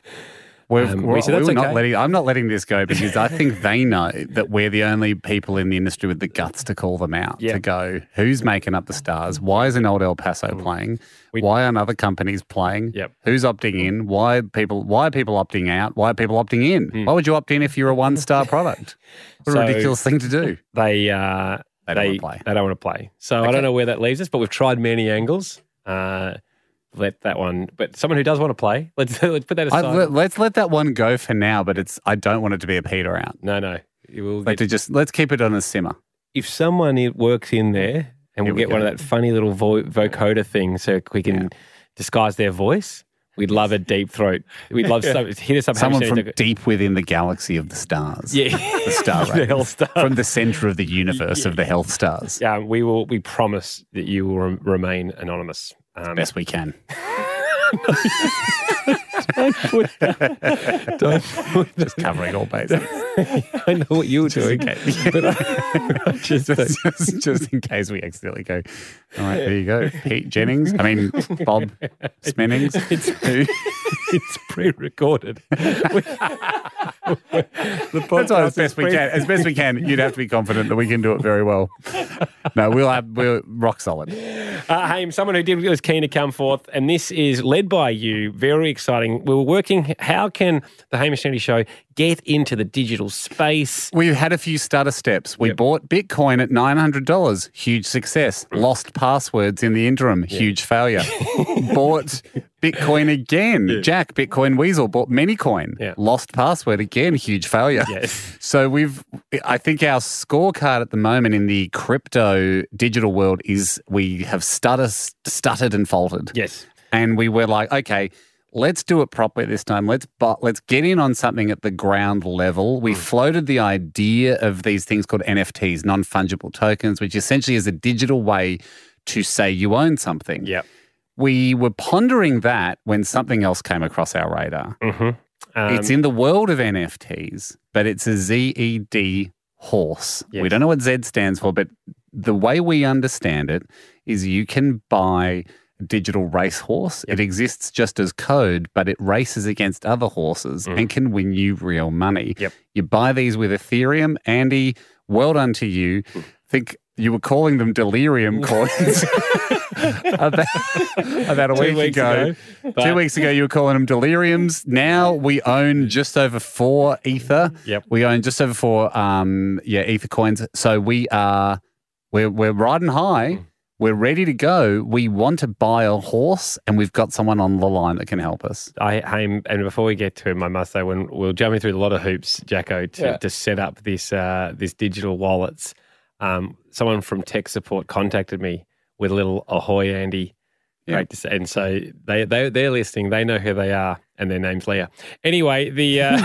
E: We've,
B: Um, we
E: we're,
B: said that's
E: we're not
B: okay.
E: letting. I'm not letting this go because I think they know that we're the only people in the industry with the guts to call them out
B: Yeah.
E: to go. Who's making up the stars? Why isn't Old El Paso playing?
B: Mm. We-
E: why aren't other companies playing?
B: Yep.
E: Who's opting in? Why people? Why are people opting out? Why are people opting in? Why would you opt in if you're a
B: *laughs*
E: one star product? What
B: Mm. So-
E: a ridiculous thing to do.
B: they uh,
E: They don't
B: they,
E: wanna play.
B: they don't want to play. So I don't know where that leaves us, but we've tried many angles. Uh, let that one. But someone who does want to play, let's, *laughs* let's put that
E: I,
B: aside.
E: let, let's let that one go for now, but it's I don't want it to be a peter out.
B: no, no. You will
E: Like
B: get,
E: to just let's keep it on a simmer.
B: if someone i- works in there and we
E: Mm. Here we
B: get one
E: go.
B: of that funny little vo- vocoder thing, so we can disguise their voice. We'd love a deep throat. We'd love some, hit us up.
E: Someone from *laughs*
B: hashtag-
E: deep within the galaxy of the stars.
B: yeah,
E: the
B: *laughs*
E: star
B: the Health Star.
E: from the center of the universe of the health stars
B: Yeah, we will. We promise that you will rem- remain anonymous. Um,
E: best we can
B: don't,
E: just covering all bases
B: I know what *laughs* you were doing.
E: *laughs* just, just, just in case we accidentally go all right there you go pete jennings i mean bob smennings *laughs* Who-
B: It's pre-recorded.
E: that's why as best we can as best we can you'd have to be confident that we can do it very well no we'll have we're rock solid
B: Uh, Haim, someone who did was keen to come forth, and this is led by you. Very exciting. We were working. How can the Hamish Kennedy Show get into the digital space?
E: We've had a few starter steps. We bought Bitcoin at $900, huge success. Lost passwords in the interim, huge failure. bought Bitcoin again. Jack, Bitcoin Weasel, bought Manycoin.
B: Yeah.
E: Lost password again, huge failure.
B: Yes.
E: *laughs* So we've, I think our scorecard at the moment in the crypto digital world is we have stutter, stuttered and faltered.
B: Yes.
E: And we were like, okay, let's do it properly this time. Let's but let's get in on something at the ground level. We floated the idea of these things called NFTs, non-fungible tokens, which essentially is a digital way to say you own something.
B: Yep.
E: We were pondering that when something else came across our radar.
B: Mm-hmm. Um,
E: it's in the world of NFTs, but it's a ZED horse. We
B: Yes.
E: don't know what Z stands for, but the way we understand it is you can buy a digital racehorse. It exists just as code, but it races against other horses and can win you real money.
B: Mm-hmm. Yep. Mm.
E: You buy these with Ethereum. Andy, well done to you. Think you were calling them delirium coins
B: *laughs*
E: about, *laughs* about a
B: Two
E: week
B: weeks
E: ago.
B: ago, but-
E: Two weeks ago, you were calling them deliriums. Now we own just over four ether.
B: Yep.
E: we own just over four. Um, yeah, ether coins. So we are we're we're riding high. We're ready to go. We want to buy a horse, and we've got someone on the line that can help us.
B: I aim, and before we get to him, I must say, when we'll jump through a lot of hoops, Jacko, to,
I: Yeah.
B: to set up this uh, this digital wallets. Um, someone from tech support contacted me with a little ahoy, Andy.
E: Yeah.
B: Great to say. And so they, they they're listening. They know who they are, and their name's Leah. Anyway, the
E: *laughs*
B: uh,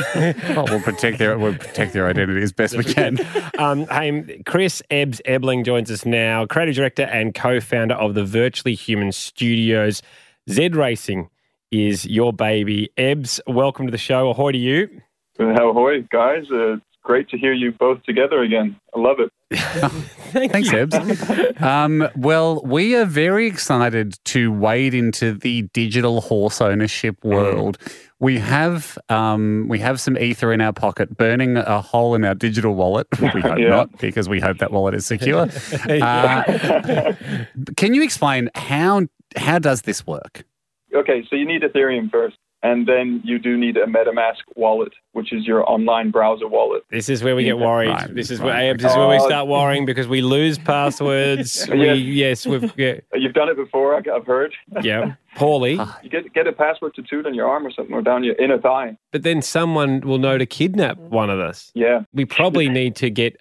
E: Well, we'll protect their we'll protect their identity as best we can. *laughs*
B: um, hey, Chris Ebbs Ebling joins us now, creative director and co-founder of the Virtually Human Studios. Zed Racing is your baby. Ebbs, welcome to the show. Ahoy to you.
H: Uh, How ahoy, guys. Uh, it's great to hear you both together again. I love it.
E: Thanks, Ebs. um, well, we are very excited to wade into the digital horse ownership world. We have um, we have some ether in our pocket, burning a hole in our digital wallet. *laughs* We hope
H: Yeah.
E: not, because we hope that wallet is secure. Uh, can you explain how how does this work?
H: Okay, so you need Ethereum first, and then you do need a MetaMask wallet, which is your online browser wallet.
B: This is where we get worried.
E: Right,
B: this is
E: right.
B: where this is where we
H: Oh.
B: start worrying because we lose passwords. we, yes, we've yeah,
H: You've done it before, I- I've heard.
B: yeah, poorly.
H: You get get a password tattooed on your arm or something, or down your inner thigh.
B: But then someone will know to kidnap one of us.
H: Yeah.
B: We probably need to get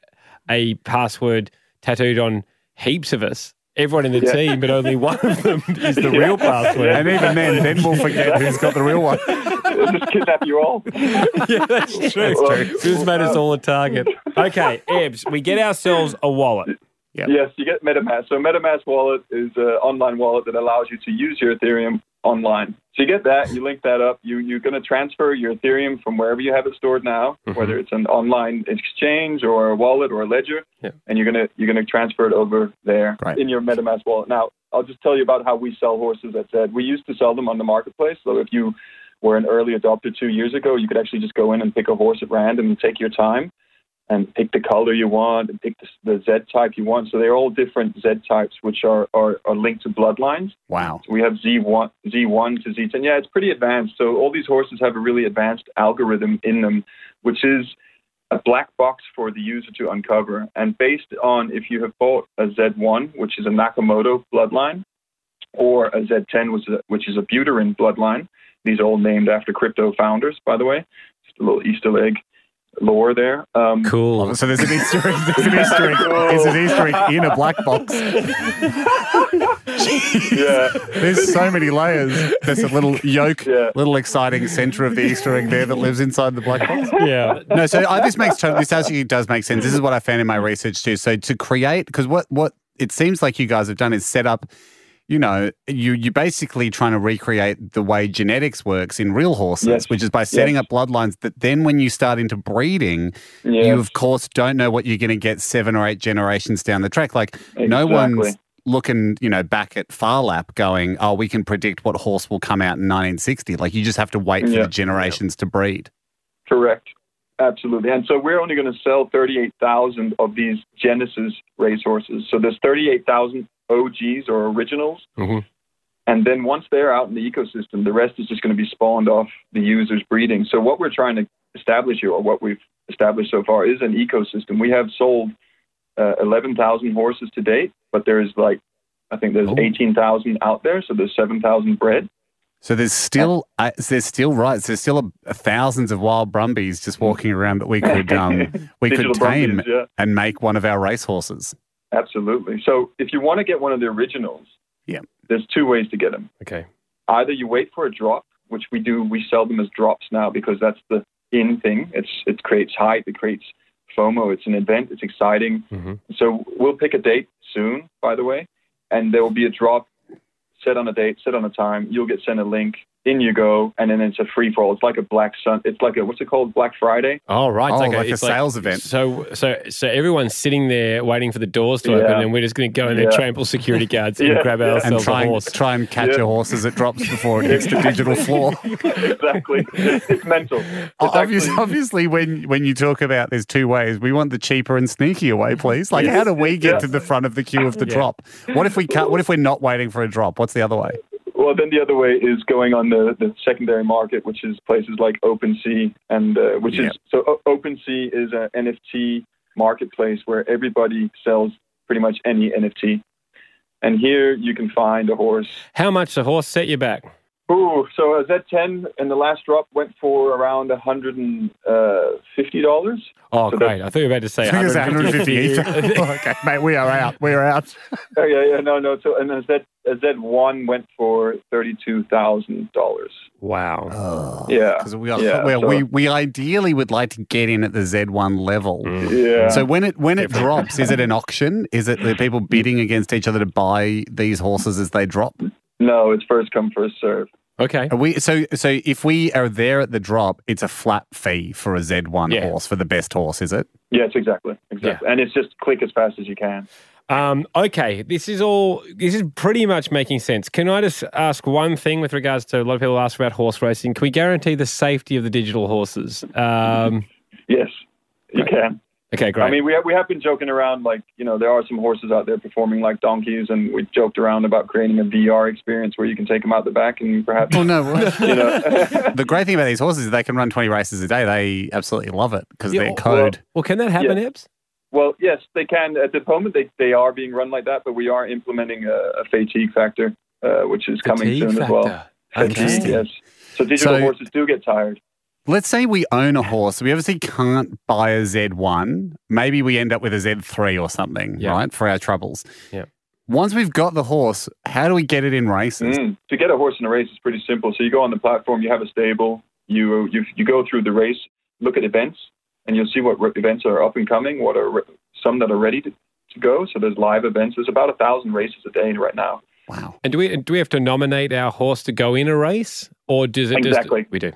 B: a password tattooed on heaps of us. Everyone in the
H: Yeah.
B: team, but only one of
H: *laughs*
B: them is the real password.
E: And even then, then we'll forget who's got the real one.
H: It'll just kidnap you all.
B: yeah, *laughs* that's true.
H: Well,
B: Who's made us all a target? Okay, Ebbs, we get ourselves a wallet.
H: Yes, you get MetaMask. So MetaMask wallet is an online wallet that allows you to use your Ethereum online. So you get that, you link that up, you, you're going to transfer your Ethereum from wherever you have it stored now, whether it's an online exchange or a wallet or a ledger,
B: Yeah.
H: and you're going to you're going to transfer it over there
E: Right.
H: in your MetaMask wallet. Now, I'll just tell you about how we sell horses. I said we used to sell them on the marketplace. So if you were an early adopter two years ago, you could actually just go in and pick a horse at random and take your time and pick the color you want and pick the, the Z type you want. So they're all different Z types, which are, are, are linked to bloodlines.
E: Wow.
H: So we have Z1, Z1 to Z10. Yeah, it's pretty advanced. So all these horses have a really advanced algorithm in them, which is a black box for the user to uncover. And based on if you have bought a Z1, which is a Nakamoto bloodline, or a Z10, which is a, which is a Buterin bloodline. These are all named after crypto founders, by the way. Just a little Easter egg lore there.
B: *laughs*
H: Um,
B: Cool.
E: So there's an Easter egg. There's an Easter egg. There's an Easter egg in a black box.
H: Yeah.
E: There's so many layers. There's a little yolk,
H: Yeah.
E: little exciting center of the Easter egg there that lives inside the black box.
H: *laughs*
B: Yeah.
E: No, so I, this makes total, this actually does make sense. This is what I found in my research too. So to create, because what what it seems like you guys have done is set up. You know, you you basically trying to recreate the way genetics works in real horses,
H: Yes.
E: which is by setting up bloodlines that then when you start into breeding,
H: Yeah.
E: you of course don't know what you're going to get seven or eight generations down the track. Like no one's
H: Exactly.
E: looking, you know, back at Farlap going, oh, we can predict what horse will come out in 1960. Like you just have to wait for
H: Yeah.
E: the generations to breed.
H: Correct. Absolutely. And so we're only going to sell 38,000 of these Genesis racehorses. So there's 38,000 OGs or originals.
B: Mhm.
H: And then once they're out in the ecosystem, the rest is just going to be spawned off the user's breeding. So what we're trying to establish here, or what we've established so far, is an ecosystem. We have sold uh, 11,000 horses to date, but there's like, I think there's
E: Oh.
H: 18,000 out there. So there's 7,000 bred.
E: So there's still, uh, there's still rights. There's still a, a thousands of wild Brumbies just walking around that we could,
H: *laughs*
E: um, we could
H: Digital
E: tame
H: Brumbies, yeah.
E: and make one of our racehorses.
H: Absolutely. So if you want to get one of the originals,
E: Yeah.
H: there's two ways to get them.
B: Okay.
H: either you wait for a drop, which we do, we sell them as drops now because that's the in thing. It's it creates hype, it creates FOMO. It's an event, it's exciting.
B: Mhm.
H: So we'll pick a date soon, by the way, and there will be a drop set on a date, set on a time. You'll get sent a link. in you go, and then it's a free for all. It's like a Black Sun. It's like a what's it called? Black Friday. *laughs*
B: Oh right,
E: Oh, like a sales event.
B: So so so everyone's sitting there waiting for the doors to
H: Yeah.
B: open, and we're just going to go in there,
H: Yeah.
B: trample security guards, and
H: *laughs* Yeah.
B: grab
E: and
B: ourselves
E: try
B: a
E: and,
B: horse.
E: try and catch a horse as it drops before it
H: *laughs*
E: hits the digital floor.
H: exactly. It's mental. It's
E: Obviously,
H: actually-
E: Oh, obviously, when when you talk about there's two ways, we want the cheaper and sneakier way, please. Like, how do we get to the front of the queue of the drop? What if we cut? What if we're not waiting for a drop? What's the other way?
H: Well, then the other way is going on the, the secondary market, which is places like OpenSea, and uh, which
E: Yeah.
H: is so o- OpenSea is an NFT marketplace where everybody sells pretty much any NFT. And here you can find a horse.
B: How much the horse set you back?
H: Ooh, so a Z10 and the last drop went for around hundred and uh, fifty dollars.
B: Oh
H: So that-
B: great! I thought you were about to say
E: I think it's 150
B: 150.
E: ether. Oh, okay, mate, we are out. We're out.
H: Oh yeah, yeah, no, no. So and then a Z a Z1 went for thirty-two thousand dollars.
B: wow.
H: Yeah,
E: Because we are,
H: yeah,
E: well,
H: so-
E: we we ideally would like to get in at the Z1 level.
H: yeah.
E: So when it when it drops, is it an auction? Is it the people bidding against each other to buy these horses as they drop?
H: no, it's first come first serve.
B: Okay.
E: Are we so so if we are there at the drop, it's a flat fee for a Z one
B: Yeah.
E: horse for the best horse, is it?
H: Yes, exactly, exactly. And it's just click as fast as you can.
B: Um, okay, this is all. This is pretty much making sense. Can I just ask one thing with regards to a lot of people ask about horse racing? Can we guarantee the safety of the digital horses? Um,
H: Yes, you can.
B: okay, great.
H: I mean, we have, we have been joking around, like you know, there are some horses out there performing like donkeys, and we joked around about creating a VR experience where you can take them out the back and perhaps.
E: Well, Oh, no.
H: *laughs* You know,
E: *laughs* the great thing about these horses is they can run twenty races a day. They absolutely love it because
B: Yeah,
E: they're
B: well-
E: code.
B: well, can that happen,
H: Yeah.
B: Ebs?
H: well, yes, they can. At the moment, they, they are being run like that, but we are implementing a, a fatigue factor, uh, which is coming
B: Fatigue
H: soon as
B: factor.
H: well. Fatigue,
E: Interesting.
H: yes. So digital
E: So-
H: horses do get tired.
E: Let's say we own a horse. We obviously can't buy a Z one. Maybe we end up with a Z three or something,
B: Yeah.
E: right? For our troubles.
B: Yeah.
E: Once we've got the horse, how do we get it in races?
H: Mm. To get a horse in a race is pretty simple. So you go on the platform, you have a stable, you you, you go through the race, look at events, and you'll see what re- events are up and coming, what are re- some that are ready to, to go. So there's live events. There's about a thousand races a day right now.
E: Wow.
B: And do we do we have to nominate our horse to go in a race, or does it just
H: Exactly.
B: we do?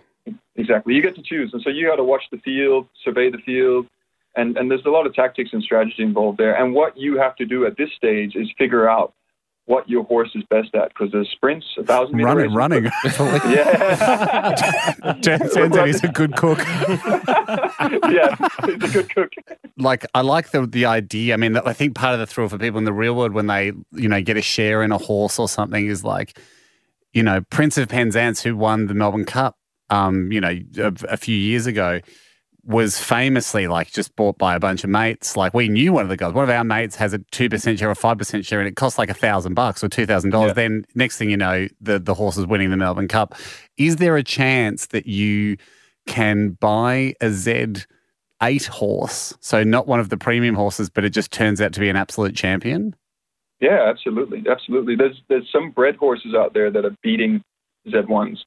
H: Exactly. You get to choose, and so you got to watch the field, survey the field, and and there's a lot of tactics and strategy involved there. And what you have to do at this stage is figure out what your horse is best at because there's sprints, a thousand meter
E: Running,
H: races,
E: running. *laughs*
H: Yeah. *laughs*
E: Jan turns out he's a good cook.
H: yeah, it's a good cook.
E: like I like the the idea. I mean, I think part of the thrill for people in the real world when they you know get a share in a horse or something is like, you know, Prince of Penzance who won the Melbourne Cup, um, you know, a, a few years ago, was famously like just bought by a bunch of mates. Like we knew one of the guys, one of our mates has a two percent share or five percent share, and it costs like a thousand bucks or two thousand dollars. Then next thing you know, the the horse is winning the Melbourne Cup. Is there a chance that you can buy a Z? eight horse, so not one of the premium horses, but it just turns out to be an absolute champion.
H: Yeah, absolutely, absolutely. There's there's some bred horses out there that are beating Z1s,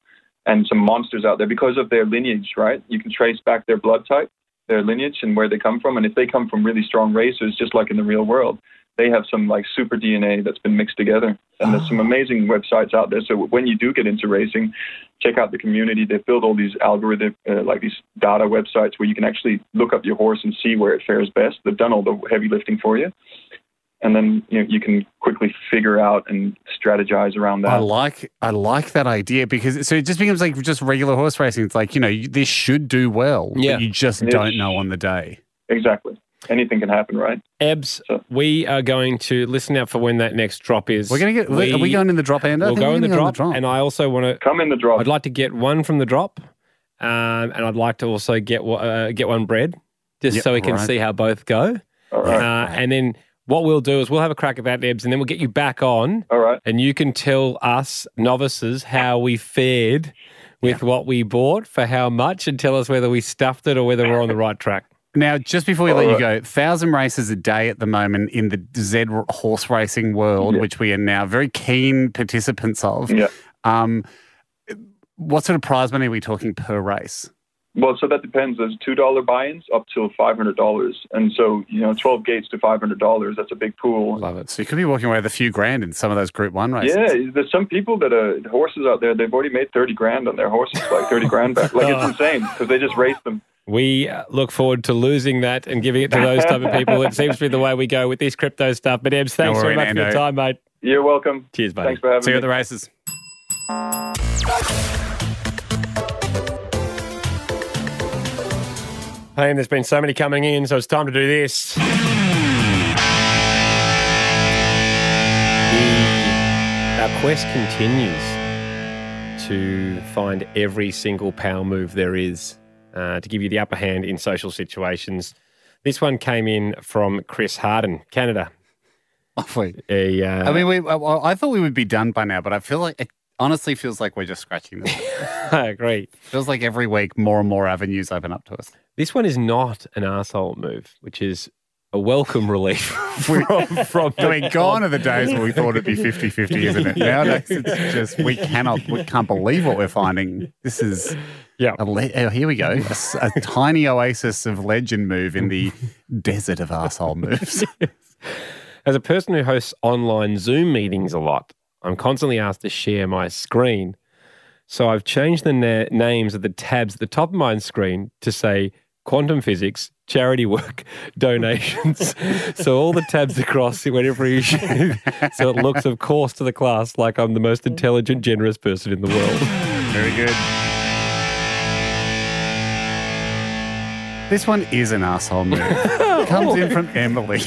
H: and some monsters out there because of their lineage. Right, you can trace back their blood type, their lineage, and where they come from. And if they come from really strong racers, just like in the real world, they have some like super DNA that's been mixed together. And there's some amazing websites out there. So when you do get into racing, check out the community. They've built all these algorithm, uh, like these data websites where you can actually look up your horse and see where it fares best. They've done all the heavy lifting for you and then you know, you can quickly figure out and strategize around
E: I
H: that.
E: like I like that idea because it- so it just becomes like just regular horse racing. It's like you know you, this should do well,
B: Yeah.
E: but you just
H: Yes.
E: don't know on the day.
H: exactly. Anything can happen, right?
B: Ebs,
H: So-
B: we are going to listen out for when that next drop is.
E: We're gonna get. are we going in the drop, Ando? I
B: We'll
E: think
B: go
E: we're
B: in the
E: gonna go
B: drop, and I also want to.
H: Come in the drop.
B: I'd like to get one from the drop, um, and I'd like to also get wa- uh, get one bred, just
E: Yep,
B: so we can
E: right.
B: see how both go.
H: all right.
B: Uh, and then what we'll do is we'll have a crack at that, Ebs, and then we'll get you back on,
H: all right.
B: and you can tell us novices how we fared with what we bought for how much, and tell us whether we stuffed it or whether we're on the right track.
E: now, just before we let you go, thousand races a day at the moment in the Z horse racing world, which we are now very keen participants of.
H: Yeah.
E: Um, what sort of prize money are we talking per race?
H: Well, so that depends. There's two dollar buy-ins up till five hundred dollars, and so you know, twelve gates to five hundred dollars. That's a big pool.
E: Love it. So you could be walking away with a few grand in some of those Group One races.
H: Yeah, there's some people that are horses out there. They've already made thirty grand on their horses, like thirty grand back. Like it's insane because they just race them.
B: We uh, look forward to losing that and giving it to those type of people. It seems to be the way we go with this crypto stuff. But Ebs, thanks
E: worry,
B: so much for your
E: Nando.
B: time, mate.
H: You're welcome.
B: Cheers, buddy.
H: Thanks for having
E: See you
H: me.
E: at the races.
B: Hey, and there's been so many coming in, so it's time to do this. The- our quest continues to find every single power move there is uh, to give you the upper hand in social situations. This one came in from Chris Harden, Canada.
E: Lovely.
B: A, uh, *laughs*
E: I mean, we, I, I thought we would be done by now, but I feel like it honestly feels like we're just scratching the surface.
B: I agree.
E: feels like every week more and more avenues open up to us.
B: This one is not an asshole move, which is a welcome relief *laughs* from, *laughs* from
E: I mean, gone are the days where we thought it'd be 50 50, isn't it? Nowadays, it's just we cannot, we can't believe what we're finding. This is,
B: Yeah.
E: a le- oh, here we go. A, s- a tiny oasis of legend move in the desert of asshole moves.
B: As a person who hosts online Zoom meetings a lot, I'm constantly asked to share my screen. So I've changed the na- names of the tabs at the top of my screen to say quantum physics, charity work, *laughs* donations. *laughs* so all the tabs across whenever you share. *laughs* so it looks, of course, to the class like I'm the most intelligent, generous person in the world.
E: Very good. This one is an asshole *laughs* move. Comes in from Emily.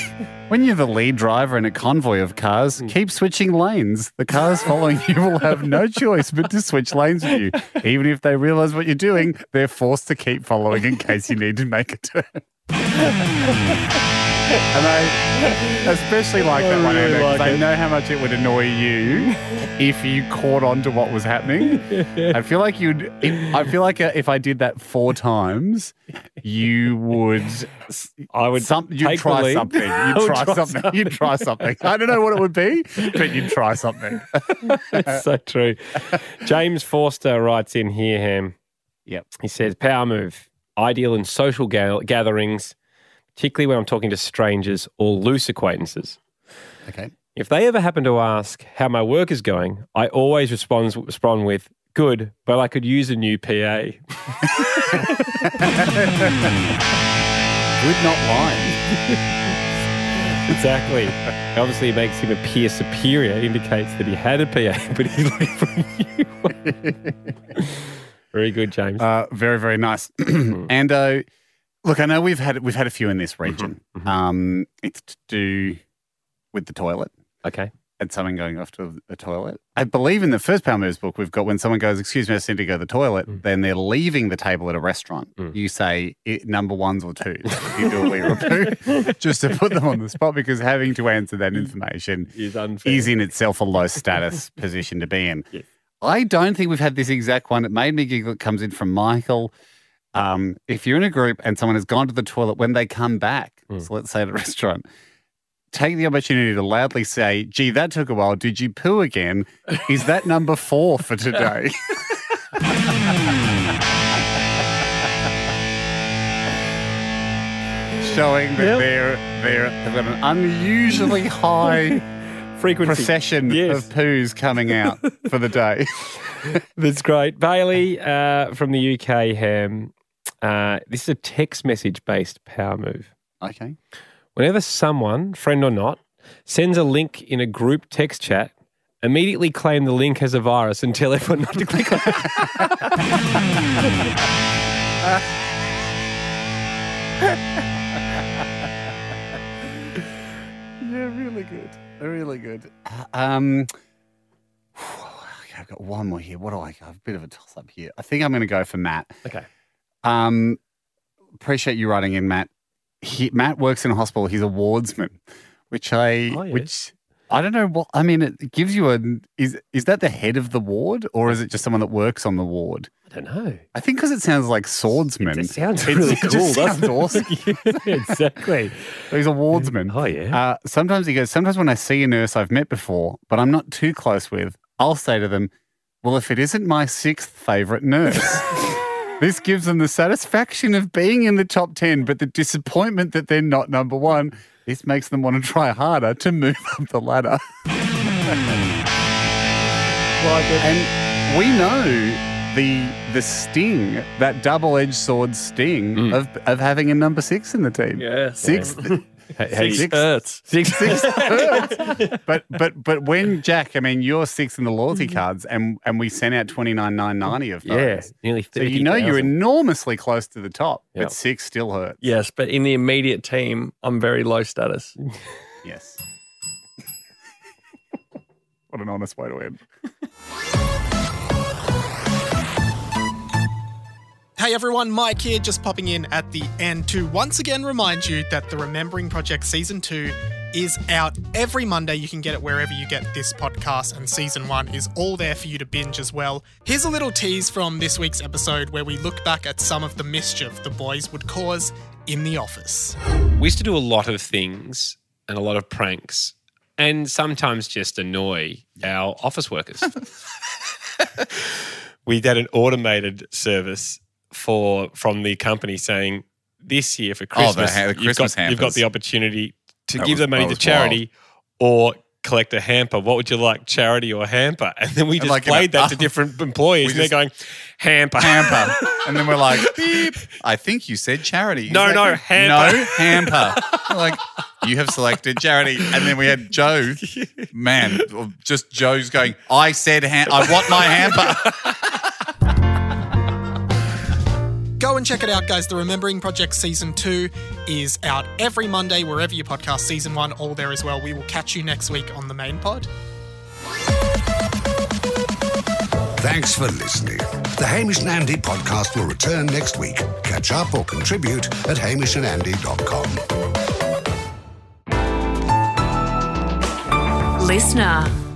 E: When you're the lead driver in a convoy of cars, keep switching lanes. The cars following you will have no choice but to switch lanes with you. Even if they realize what you're doing, they're forced to keep following in case you need to make a turn. and I especially like that one, Andrew, 'cause I know how much it would annoy you if you caught on to what was happening. I feel like you'd. If, I feel like uh, if I did that four times, you would.
B: I would
E: Some, you'd
B: take the
E: try
B: lead. *laughs*
E: something.
B: I
E: You'd
B: would
E: try,
B: try
E: something. You'd try something. I don't know what it would be, but you'd try something.
B: *laughs* That's so true. James Forster writes in here, Ham.
E: Yep.
B: He says, Power move, ideal in social ga- gatherings, particularly when I'm talking to strangers or loose acquaintances.
E: Okay.
B: If they ever happen to ask how my work is going, I always respond, respond with, Good, but I could use a *laughs* new PA.
E: Would not
B: Mm-hmm.
E: lie.
B: exactly. Obviously, it makes him appear superior, indicates that he had a *laughs* PA, but he's looking for you.
E: *laughs*
B: Very good, James.
E: Uh, very very nice. *clears throat* and uh, look, I know we've had we've had a few in this
B: Mm-hmm.
E: region. Um, it's to do with the toilet.
B: okay.
E: and someone going off to the toilet. I believe in the first Power Moves book, we've got when someone goes, Excuse me, I just need to go to the toilet, then they're leaving the table at a restaurant. You say it, number ones or twos, if you do a wee or a poo, just to put them on the spot because having to answer that information
B: Is unfair.
E: is in itself a low
B: *laughs*
E: status position to be in. I don't think we've had this exact one. It made me giggle. It comes in from Michael. Um, if you're in a group and someone has gone to the toilet when they come back,
B: Hmm.
E: so let's say at a *laughs* restaurant, take the opportunity to loudly say, gee, that took a while. Did you poo again? Is that number four for
B: *laughs*
E: today? Showing that
B: Yep.
E: they're, they're, they've got an
B: *laughs*
E: unusually high
B: Frequency.
E: procession
B: Yes.
E: of poos coming out for
B: *laughs*
E: the day.
B: That's great. Bailey uh, from the UK, Ham. Uh, this is a text message based power move.
E: Okay.
B: Whenever someone, friend or not, sends a link in a group text chat, immediately claim the link has a virus and tell everyone not to click on it.
E: Yeah, really good. Really good. Um, *sighs* okay, I've got one more here. What do I got? A bit of a toss up here. I think I'm going to go for Matt.
B: Okay.
E: Um, appreciate you writing in, Matt. He, Matt works in a hospital. He's a wardsman, which I,
B: Oh, yes.
E: which I don't know what. I mean, it gives you a. Is is that the head of the ward, or is it just someone that works on the ward?
B: I don't know.
E: I think because it sounds like swordsman.
B: It sounds
E: It's-
B: really
E: *laughs* it just
B: cool,
E: sounds
B: doesn't it? *laughs*
E: awesome.
B: Yeah, exactly.
E: He's a wardsman.
B: Oh, yeah.
E: Uh, sometimes he goes, Sometimes when I see a nurse I've met before, but I'm not
B: *laughs*
E: too close with, I'll say to them, Well, if it isn't my sixth favorite nurse. This gives them the satisfaction of being in the top 10, but the disappointment that they're not number one. This makes them want to try harder to move up the ladder. And we know the the sting, that double edged sword sting
B: Mm.
E: of, of having a number six in the team.
D: Yeah.
E: Six.
D: Six Ertz.
E: Six, six thirds. but but but when Jack, I mean, you're six in the loyalty cards, and and we sent out twenty nine nine ninety of those.
J: Yeah, nearly
E: So
J: 30,
E: you know you're enormously close to the top, but six still hurts.
D: Yes, but in the immediate team, I'm very low status.
E: Yes. *laughs* what an honest way to end.
H: Hey everyone, Mike here, just popping in at the end to once again remind you that the Remembering Project Season 2 is out every Monday. You can get it wherever you get this podcast, and Season 1 is all there for you to binge as well. Here's a little tease from this week's episode where we look back at some of the mischief the boys would cause in the office.
B: We used to do a lot of things and a lot of pranks and sometimes just annoy our
K: *laughs*
B: office workers. we had an automated service for from the company saying this year for
K: Oh, the
B: Christmas,
K: ha- the
B: you've, got,
K: Christmas
B: you've got
K: hampers.
B: the opportunity to
K: That
B: give
K: was-
B: the money
K: that
B: to
K: was
B: charity or collect a hamper. What would you like, charity or hamper? *laughs* And then we just
K: like in
B: played
K: a-
B: that to different employees
K: We
B: and they're
K: just-
B: going, hamper.
K: Hamper. And then we're like, beep. I think you said charity. He's
B: No,
K: like,
B: no, hamper.
K: No, hamper. We're like, you have selected charity. And then we had Joe, man, just Joe's going, I said, ham- I want my hamper.
H: Go and check it out, guys. The Remembering Project Season 2 is out every Monday, wherever you podcast. Season 1, all there as well. We will catch you next week on the main pod.
L: Thanks for listening. The Hamish and Andy podcast will return next week. Catch up or contribute at hamishandandy.com.
M: Listener.